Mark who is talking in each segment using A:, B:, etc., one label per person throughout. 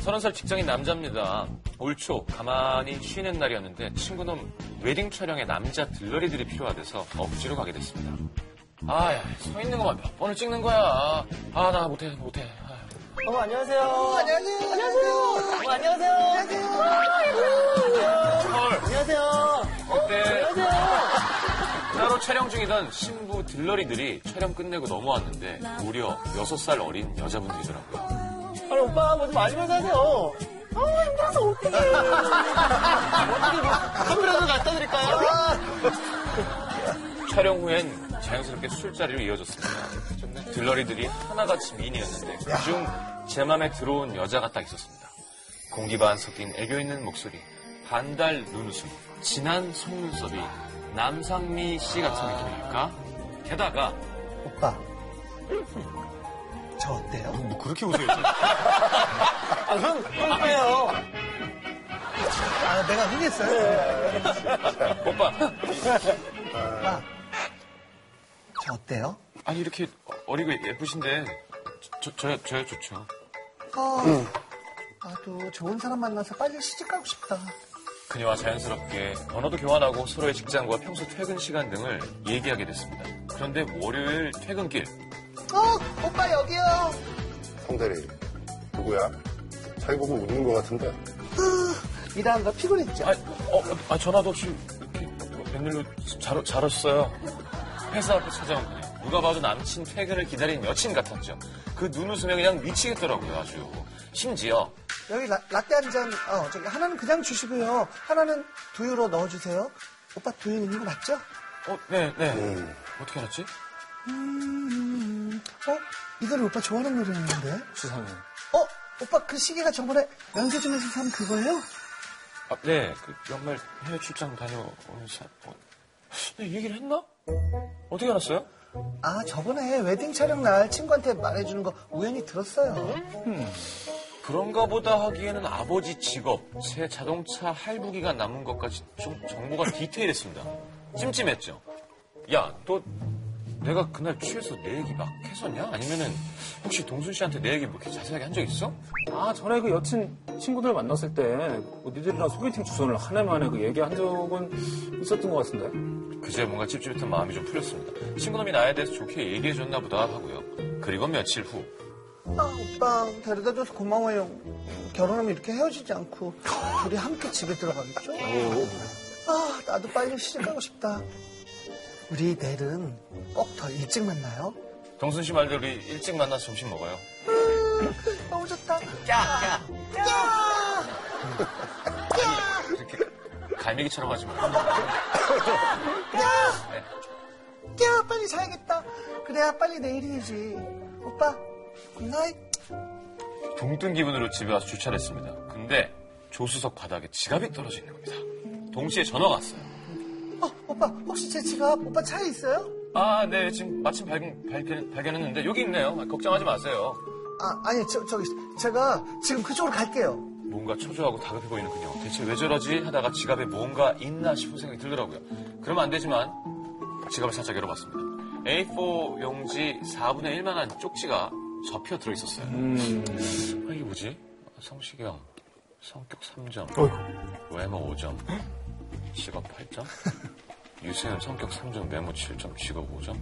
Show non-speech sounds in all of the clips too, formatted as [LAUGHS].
A: 서른 살 직장인 남자입니다. 올 초 가만히 쉬는 날이었는데 친구놈 웨딩 촬영에 남자 들러리들이 필요하대서 억지로 가게 됐습니다. 아, 야, 서 있는 것만 몇 번을 찍는 거야. 아, 나 못해, 못해. 아.
B: 어머 안녕하세요. 안녕하세요. 안녕하세요. 어머 안녕하세요.
A: 헐,
B: 안녕하세요.
A: 그때
B: 안녕하세요.
A: 따로 촬영 중이던 신부 들러리들이 촬영 끝내고 넘어왔는데 무려 6살 어린 여자분들이더라고요.
B: 아니 오빠 뭐 좀 마시면서 하세요. 아우 힘들어서 어떡해. 어떻게 뭐 커피라도 갖다 드릴까요?
A: 촬영 후엔 자연스럽게 술자리로 이어졌습니다. 들러리들이 하나같이 미인이었는데 그중 제 맘에 들어온 여자가 딱 있었습니다. 공기 반 섞인 애교 있는 목소리, 반달 눈웃음, 진한 속눈썹이 남상미 씨 같은 느낌일까? 게다가
B: 오빠. 저 어때요?
C: 뭐 그렇게 웃어요?
B: 아, 흥, 흥해요. 아, 내가 흥했어요? 네.
A: 오빠
B: 오빠. 저 어때요?
A: 아니 이렇게 어리고 예쁘신데 저 저야 저야 좋죠.
B: 아, 나도 아, 좋은 사람 만나서 빨리 시집 가고 싶다.
A: 그녀와 자연스럽게 번호도 교환하고 서로의 직장과 평소 퇴근 시간 등을 얘기하게 됐습니다. 그런데 월요일 퇴근길
B: 어, 오빠 여기요.
C: 성대리 누구야? 자기 보고 웃는 것 같은데
B: 일하는 거 피곤했죠?
A: 아, 어, 아, 전화도 없이 이렇게 웬일로 잘, 잘 왔어요. 회사 앞에 찾아온 그녀. 누가 봐도 남친 퇴근을 기다린 여친 같았죠. 그 눈웃음에 그냥 미치겠더라고요, 아주. 심지어
B: 여기 라, 라떼 한 잔, 어, 저기 하나는 그냥 주시고요. 하나는 두유로 넣어주세요. 오빠 두유 있는 거 맞죠?
A: 어, 네, 네.
C: 음.
A: 어떻게 알았지?
B: 음, 어? 이 노래 오빠 좋아하는 노래였는데?
A: 세상에.
B: 어? 오빠 그 시계가 저번에 연세 좀 해서 산 그거예요?
A: 아, 네. 그 연말 해외 출장 다녀오는 사람. 어, 네, 이 얘기를 했나? 어떻게 알았어요?
B: 아, 저번에 웨딩 촬영 날 친구한테 말해주는 거 우연히 들었어요.
A: 그런가 보다 하기에는 아버지 직업, 제 자동차 할부 기간 남은 것까지 좀 정보가 디테일했습니다. 찜찜했죠. 야, 또 내가 그날 취해서 내 얘기 막 했었냐? 아니면은 혹시 동순 씨한테 내 얘기 뭐 이렇게 자세하게 한 적 있어?
D: 아 전에 그 여친 친구들 만났을 때뭐 니들이랑 소개팅 주소를 하나만에 그 얘기한 적은 있었던 것 같은데
A: 그제 뭔가 찝찝했던 마음이 좀 풀렸습니다. 친구놈이 나에 대해서 좋게 얘기해줬나 보다 하고요. 그리고 며칠 후
B: 아, 오빠 데려다 줘서 고마워요. 결혼하면 이렇게 헤어지지 않고 둘이 함께 집에 들어가겠죠? 아, 나도 빨리 시집 가고 싶다. 우리 내일은 꼭 더 일찍 만나요.
A: 동순 씨 말대로 우리 일찍 만나서 점심 먹어요.
B: 너무 좋다.
A: 그렇게 갈매기처럼 하지 말고.
B: 야, 빨리 자야겠다. 그래야 빨리 내일이지. 오빠, 굿나잇.
A: 붕뜬 기분으로 집에 와서 주차를 했습니다. 근데 조수석 바닥에 지갑이 떨어져 있는 겁니다. 동시에 전화가 왔어요.
B: 어, 오빠, 혹시 제 지갑 오빠 차에 있어요?
A: 아, 네, 지금 마침 발견, 발견, 발견했는데 여기 있네요. 아, 걱정하지 마세요.
B: 아, 아니, 저, 저기, 제가 지금 그쪽으로 갈게요.
A: 뭔가 초조하고 다급해 보이는 그녀. 대체 왜 저러지? 하다가 지갑에 뭔가 있나 싶은 생각이 들더라고요. 그러면 안 되지만 지갑을 살짝 열어봤습니다. A4 용지 4분의 1만한 쪽지가 접혀 들어 있었어요. 아, 이게 뭐지? 성시경, 성격 3점, 외모 5점, 직업 8점, 유세윤 성격 3점, 외모 7점, 직업 5점.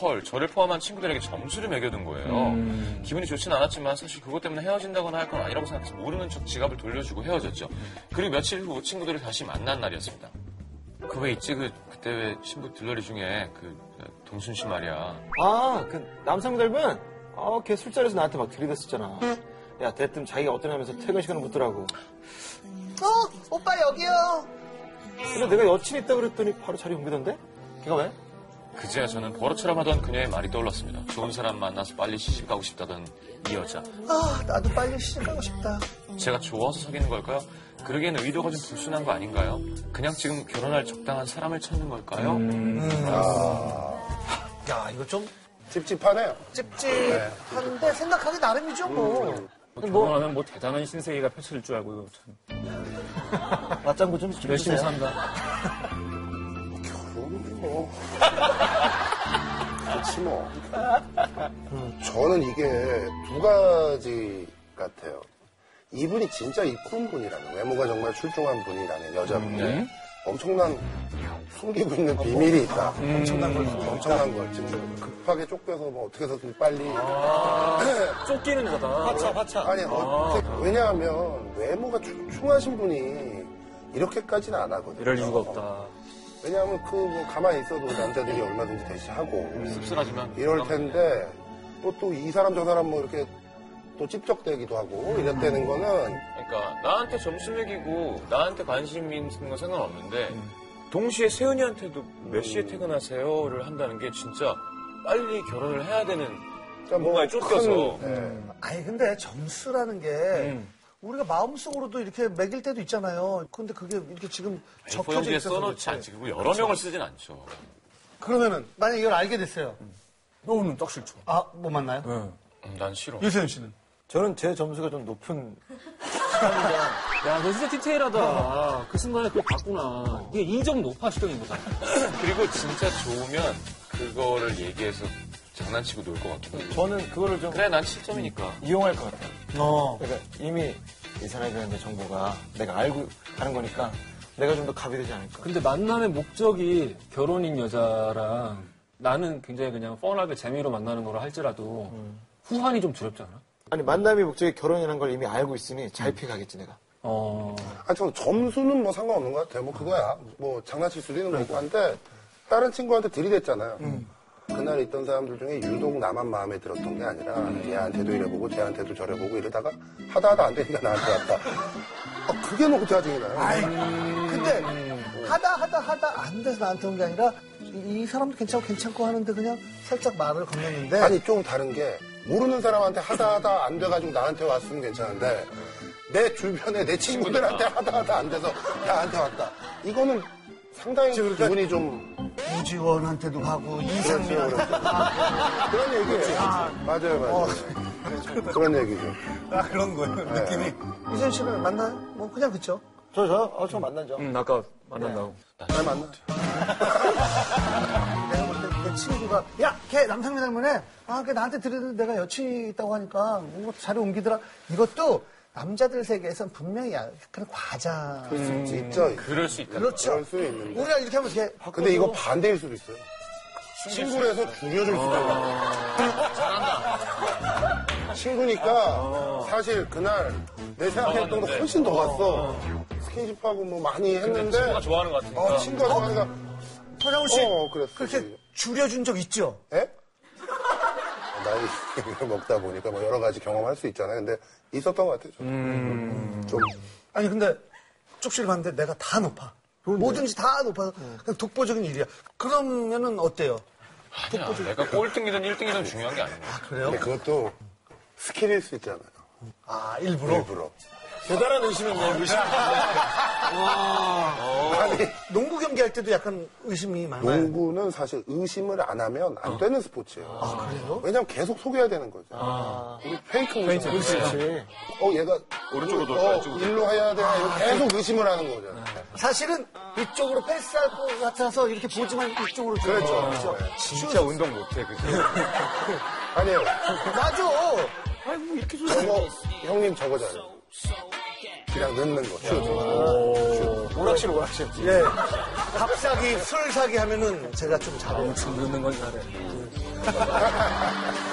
A: 헐, 저를 포함한 친구들에게 점수를 매겨둔 거예요. 기분이 좋진 않았지만 사실 그것 때문에 헤어진다거나 할 건 아니라고 생각해서 모르는 척 지갑을 돌려주고 헤어졌죠. 그리고 며칠 후 친구들을 다시 만난 날이었습니다. 그 왜 있지? 그, 그때 왜 신부 들러리 중에 그 동순 씨 말이야.
E: 아, 그 남성들분? 어, 걔 술자리에서 나한테 막 들이댔었잖아. 야, 대뜸 자기가 어떠냐 면서 퇴근 시간을 묻더라고.
B: 어, 오빠 여기요.
E: 근데 내가 여친 있다 그랬더니 바로 자리 옮기던데? 걔가 왜?
A: 그제야 저는 버릇처럼 하던 그녀의 말이 떠올랐습니다. 좋은 사람 만나서 빨리 시집 가고 싶다던 이 여자.
B: 아, 나도 빨리 시집 가고 싶다.
A: 제가 좋아서 사귀는 걸까요? 그러기에는 의도가 좀 불순한 거 아닌가요? 그냥 지금 결혼할 적당한 사람을 찾는 걸까요?
B: 야, 이거 좀
C: 찝찝하네요
B: 찝찝한데 생각하기 나름이죠, 뭐.
D: 뭐 결혼하면 뭐 대단한 신세계가 펼쳐질 줄 알고 이거 참
E: 맞장구 좀 주세요.
D: 열심히 산다
C: 그럼 뭐 [LAUGHS] 그렇지 뭐 저는 이게 두 가지 같아요 이분이 진짜 이쁜 분이라는 외모가 정말 출중한 분이라는 여자분이
B: 음.
A: 네.
C: 엄청난 숨기고 있는 비밀이 있다.
B: 아, 뭐, 엄청난 걸 갖고
C: 엄청난 걸 지금 급하게 쫓겨서 뭐 어떻게 해서든 빨리
B: 아.
C: [LAUGHS]
D: 쫓기는 거다.
E: 화차, 화차.
C: 아니 어떻게 그, 왜냐하면 외모가 출중하신 분이 이렇게까지는 안 하거든요.
D: 이럴 이유가 없다.
C: 왜냐하면 그 뭐 가만히 있어도 남자들이 얼마든지 대시하고
A: 씁쓸하지만
C: 이럴 텐데 또 또 이 사람 저 사람 뭐 이렇게 또 찝적대기도 하고 이랬다는 거는
A: 그러니까 나한테 점수 매기고 나한테 관심 있는 건 상관없는데
D: 음.
A: 동시에 세은이한테도 몇 시에 퇴근하세요를 한다는 게 진짜 빨리 결혼을 해야 되는
C: 그러니까 뭐
A: 뭔가에 쫓겨서
B: 네,
C: 큰, 예.
D: 음.
B: 아니 근데 점수라는 게 우리가 마음속으로도 이렇게 매길 때도 있잖아요. 근데 그게 이렇게 지금 적혀져
A: F4용지에
B: 있어서 그렇죠.
A: 써놓지
B: 그렇지.
A: 않지 그리고 여러 명을 쓰진 않죠
B: 그러면은 만약 이걸 알게 됐어요.
D: 음. 너는 딱 싫죠.
B: 아 뭐 맞나요?
A: 음, 난 싫어
B: 유세윤 씨는
E: 저는 제 점수가 좀 높은
D: 야, 너 진짜 디테일하다. 그 순간에 그걸 봤구나. 이게 인정 높아 시경인 거잖아.
A: 그리고 진짜 좋으면 그거를 얘기해서 장난치고 놀 것 같고
E: 저는 그거를 좀
A: 그래 난 7점이니까
E: 이용할 것 같아요.
B: 어
E: 그러니까 이미 이 사람에 대 정보가 내가 알고 가는 거니까 내가 좀 더 갑이 되지 않을까.
D: 근데 만남의 목적이 결혼인 여자랑 나는 굉장히 그냥 뻔하게 재미로 만나는 거라 할지라도 후환이 좀 두렵지 않아?
E: 아니 만남의 목적이 결혼이라는 걸 이미 알고 있으니 잘 피해가겠지 내가.
D: 어.
C: 하여튼 점수는 뭐 상관없는 것 같아요. 뭐 그거야. 뭐 장난칠 수도 있는 거고 한데 다른 친구한테 들이댔잖아요. 그날 있던 사람들 중에 유독 나만 마음에 들었던 게 아니라 얘한테도 이래보고 쟤한테도 저래보고 이러다가 하다 하다 안 되니까 나한테 왔다. 아, 그게 너무 짜증이 나요.
B: 아이,
D: 음.
B: 근데 하다 하다 하다 안 돼서 나한테 온 게 아니라 이, 이 사람도 괜찮고 괜찮고 하는데 그냥 살짝 말을 건넸는데
C: 아니 좀 다른 게 모르는 사람한테 하다 하다 안 돼가지고 나한테 왔으면 괜찮은데 내 주변에 내 친구들한테 하다 하다 안 돼서 나한테 왔다. 이거는 상당히 기분이 좀
B: 우지원한테도
D: 음.
B: 가고 이상민한테도
C: 그런 얘기예요. 맞아요, 맞아요. 그런 얘기죠.
B: 아 그런 거예요
D: 음.
B: 느낌이 이재현 씨는 만나요? 뭐 그냥 그쵸?
E: 저 저요? 어, 저 만나죠.
D: 응, 아까 만난다고.
C: 잘 만나.
B: 내가 볼 때 내 친구가 야 걔 남상민 닮은애 아걔 나한테 들이는 내가 여친 있다고 하니까 뭐 자료 옮기더라 이것도 남자들 세계에선 분명히 약간 과자
C: 진짜
A: 그럴 수 있다
B: 그렇죠
C: 그렇죠. 그럴 수 있는데.
B: 우리가 이렇게 하면 이렇게
C: 근데 이거 반대일 수도 있어요. 친구를 해서 죽여줄 수도 있어요. 잘한다. 친구니까 사실 그날 내 생각했던 거 훨씬 더 갔어. 스킨십하고 뭐 많이 했는데
A: 친구가 좋아하는 것 같으니까
C: 어, 친구가 좋아하니까
B: 서정훈 씨
C: 어, 그랬어.
B: 그렇게 줄여준 적 있죠?
C: 에? 예? 어, 나이 [LAUGHS] 먹다 보니까 뭐 여러 가지 경험할 수 있잖아요. 근데 있었던 것 같아요. 저도. 좀
B: 아니 근데 쪽지를 봤는데 내가 다 높아. 뭐든지 다 높아서
C: 어.
B: 그냥 독보적인 일이야. 그러면은 어때요?
A: 아니야, 내가 꼴등이든 1등이든 중요한 게 아니야
B: 아 그래요?
C: 근데 그것도 스킬일 수 있잖아요.
B: 아 일부러
C: 일부러. 아.
A: 대단한 의심은 뭐 의심 어.
C: 아니,
B: 농구 경기할 때도 약간 의심이
C: 네.
B: 많아요.
C: 농구는 사실 의심을 안 하면 안 되는 스포츠예요.
B: 아 그래요?
C: 왜냐면 계속 속여야 되는 거죠. 우리 페이크 의심.
E: 그렇지.
C: 어, 얘가
A: 아. 오른쪽으로 돌까,
C: 어,
A: 왼쪽으로
C: 일로 해야 돼. 이렇게 계속 의심을 하는 거죠.
B: 사실은 이쪽으로 패스할 것 같아서 이렇게 보지만 이쪽으로 줘.
C: 그렇죠.
A: 진짜 운동 못해 그죠
C: 아니에요.
B: 맞아.
C: 저거 형님 저거잖아요. 그냥 넣는 거. 슛.
E: 오락실 오락실.
B: 예. 밥 사기, 술 사기 하면은 제가 좀 잘해요.
D: 지금 넣는 건 잘해.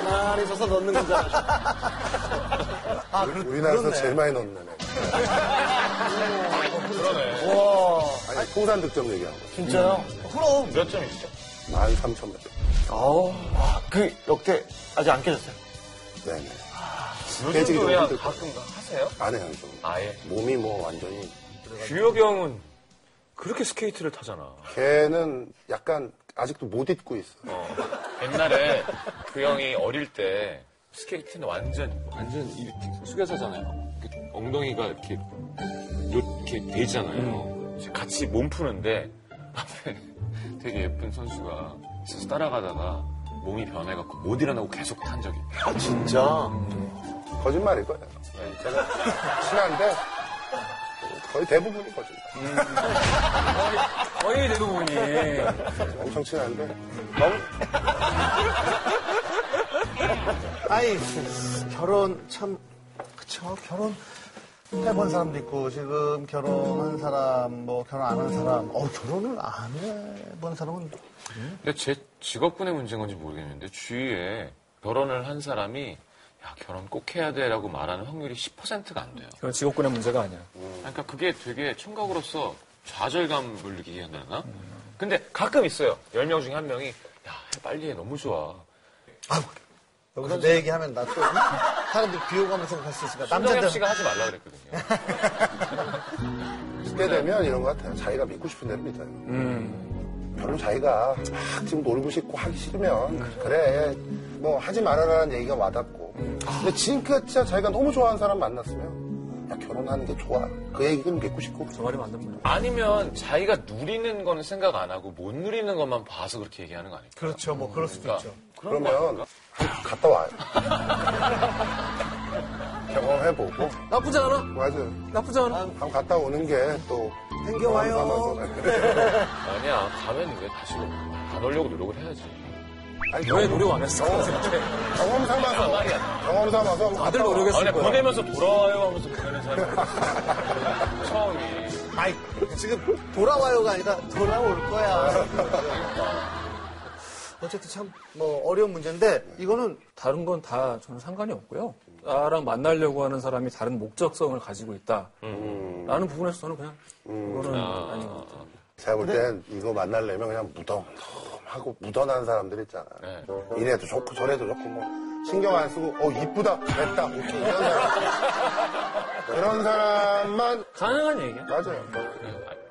E: 가만히 서서 넣는 거잖아.
B: 아, 그-
C: 우리나라에서
B: 그렇네.
C: 제일 많이 넣는 애. [LAUGHS] 그러네. 아니, 통산 득점 얘기하고.
E: 진짜요?
B: 그럼
A: 몇 점이시죠?
C: 13,000몇.
E: 아, 그 역대 아직 안 깨졌어요.
C: 네네.
A: 요즘도
C: 깨지기 좀
A: 왜
C: 힘들 거예요.
A: 가끔 하세요?
C: 안 해요, 좀.
A: 아예
C: 몸이 뭐 완전히.
A: 규혁이 형은 그렇게 스케이트를 타잖아
C: 걔는 약간 아직도 못 잊고 있어.
A: 어. 옛날에 그 형이 어릴 때 스케이트는 완전 완전 이렇게 숙여서잖아요. 이렇게 엉덩이가 이렇게 이렇게 되잖아요. 이제 같이 몸 푸는데 앞에 되게 예쁜 선수가 있어서 따라가다가 몸이 변해갖고 못 일어나고 계속 탄 적이. 있어요.
E: 아, 진짜?
C: 거짓말일 거예요.
A: 네.
C: 제가 친한데 거의 대부분이 거짓말.
D: 거의 대부분이.
C: 엄청 친한데.
B: 아이 결혼 참 그쵸 결혼 해본 사람도 있고 지금 결혼한 사람 뭐 결혼 안 한 사람 어 결혼을 안 해본 사람은
A: 근데 제 직업군의 문제인 건지 모르겠는데 주위에 결혼을 한 사람이 야 결혼 꼭 해야 돼라고 말하는 확률이 10%가 안 돼요.
F: 그건 직업군의 문제가 아니야.
A: 그러니까 그게 되게 청각으로서 좌절감을 느끼게 한다나? 근데 가끔 있어요. 10명 중에 한 명이 야 빨리 해 너무 좋아.
B: 여기서 내 얘기하면 나 또 사람들이 비호감을 생각할 수 있으니까
A: 남자협
B: 남자들
A: 씨가 하지 말라 그랬거든요.
C: 그때 되면 이런 것 같아요. 자기가 믿고 싶은 대로 믿어요.
F: 음.
C: 별로 자기가 막 지금 놀고 싶고 하기 싫으면 그래 뭐 하지 말아라는 얘기가 와닿고 근데 지금까지 진짜 자기가 너무 좋아하는 사람 만났으면 야 결혼하는 게 좋아 그 얘기 좀 믿고 싶고
F: 그 말이 맞는 말이야.
A: 아니면 자기가 누리는 거는 생각 안 하고 못 누리는 것만 봐서 그렇게 얘기하는 거 아닐까?
B: 그렇죠 뭐 그럴 수도
A: 그러니까
B: 있죠
C: 그러면 갔다
F: [LAUGHS]
C: 와요 경험해보고
D: 나쁘지 않아?
C: 맞아요
D: 나쁘지 않아?
C: 한번 갔다 오는 게 또
B: 땡겨와요
F: [LAUGHS]
A: 아니야 가면 왜 다시 뭐 안 오려고 노력을 해야지.
C: 아니,
F: 왜 노력 안 했어?
C: 경험 삼아서 경험 삼아서 한번
F: 다들
C: 갔다
A: 아,
C: 와.
F: 노력했을
A: 근데
F: 거야.
A: 보내면서 돌아와요 하면서 보내는 뭐 사람 처음이.
B: 아이 [LAUGHS] 지금 돌아와요가 아니라 돌아올 거야 어쨌든 참 뭐 어려운 문제인데 이거는
F: 다른 건 다 저는 상관이 없고요. 나랑 만나려고 하는 사람이 다른 목적성을 가지고 있다. 라는 부분에서 저는 그냥 그거는 아닌 것 같아요.
C: [LAUGHS] 제가 볼 땐 이거 만나려면 그냥 무덤 하고 묻어난 사람들 있잖아.
A: 네.
C: 이래도 좋고 저래도 좋고 뭐 신경 안 쓰고 어 이쁘다 됐다 오케이 이런 사람 그런 사람만
F: 가능한 얘기야.
C: 맞아요.
A: 아,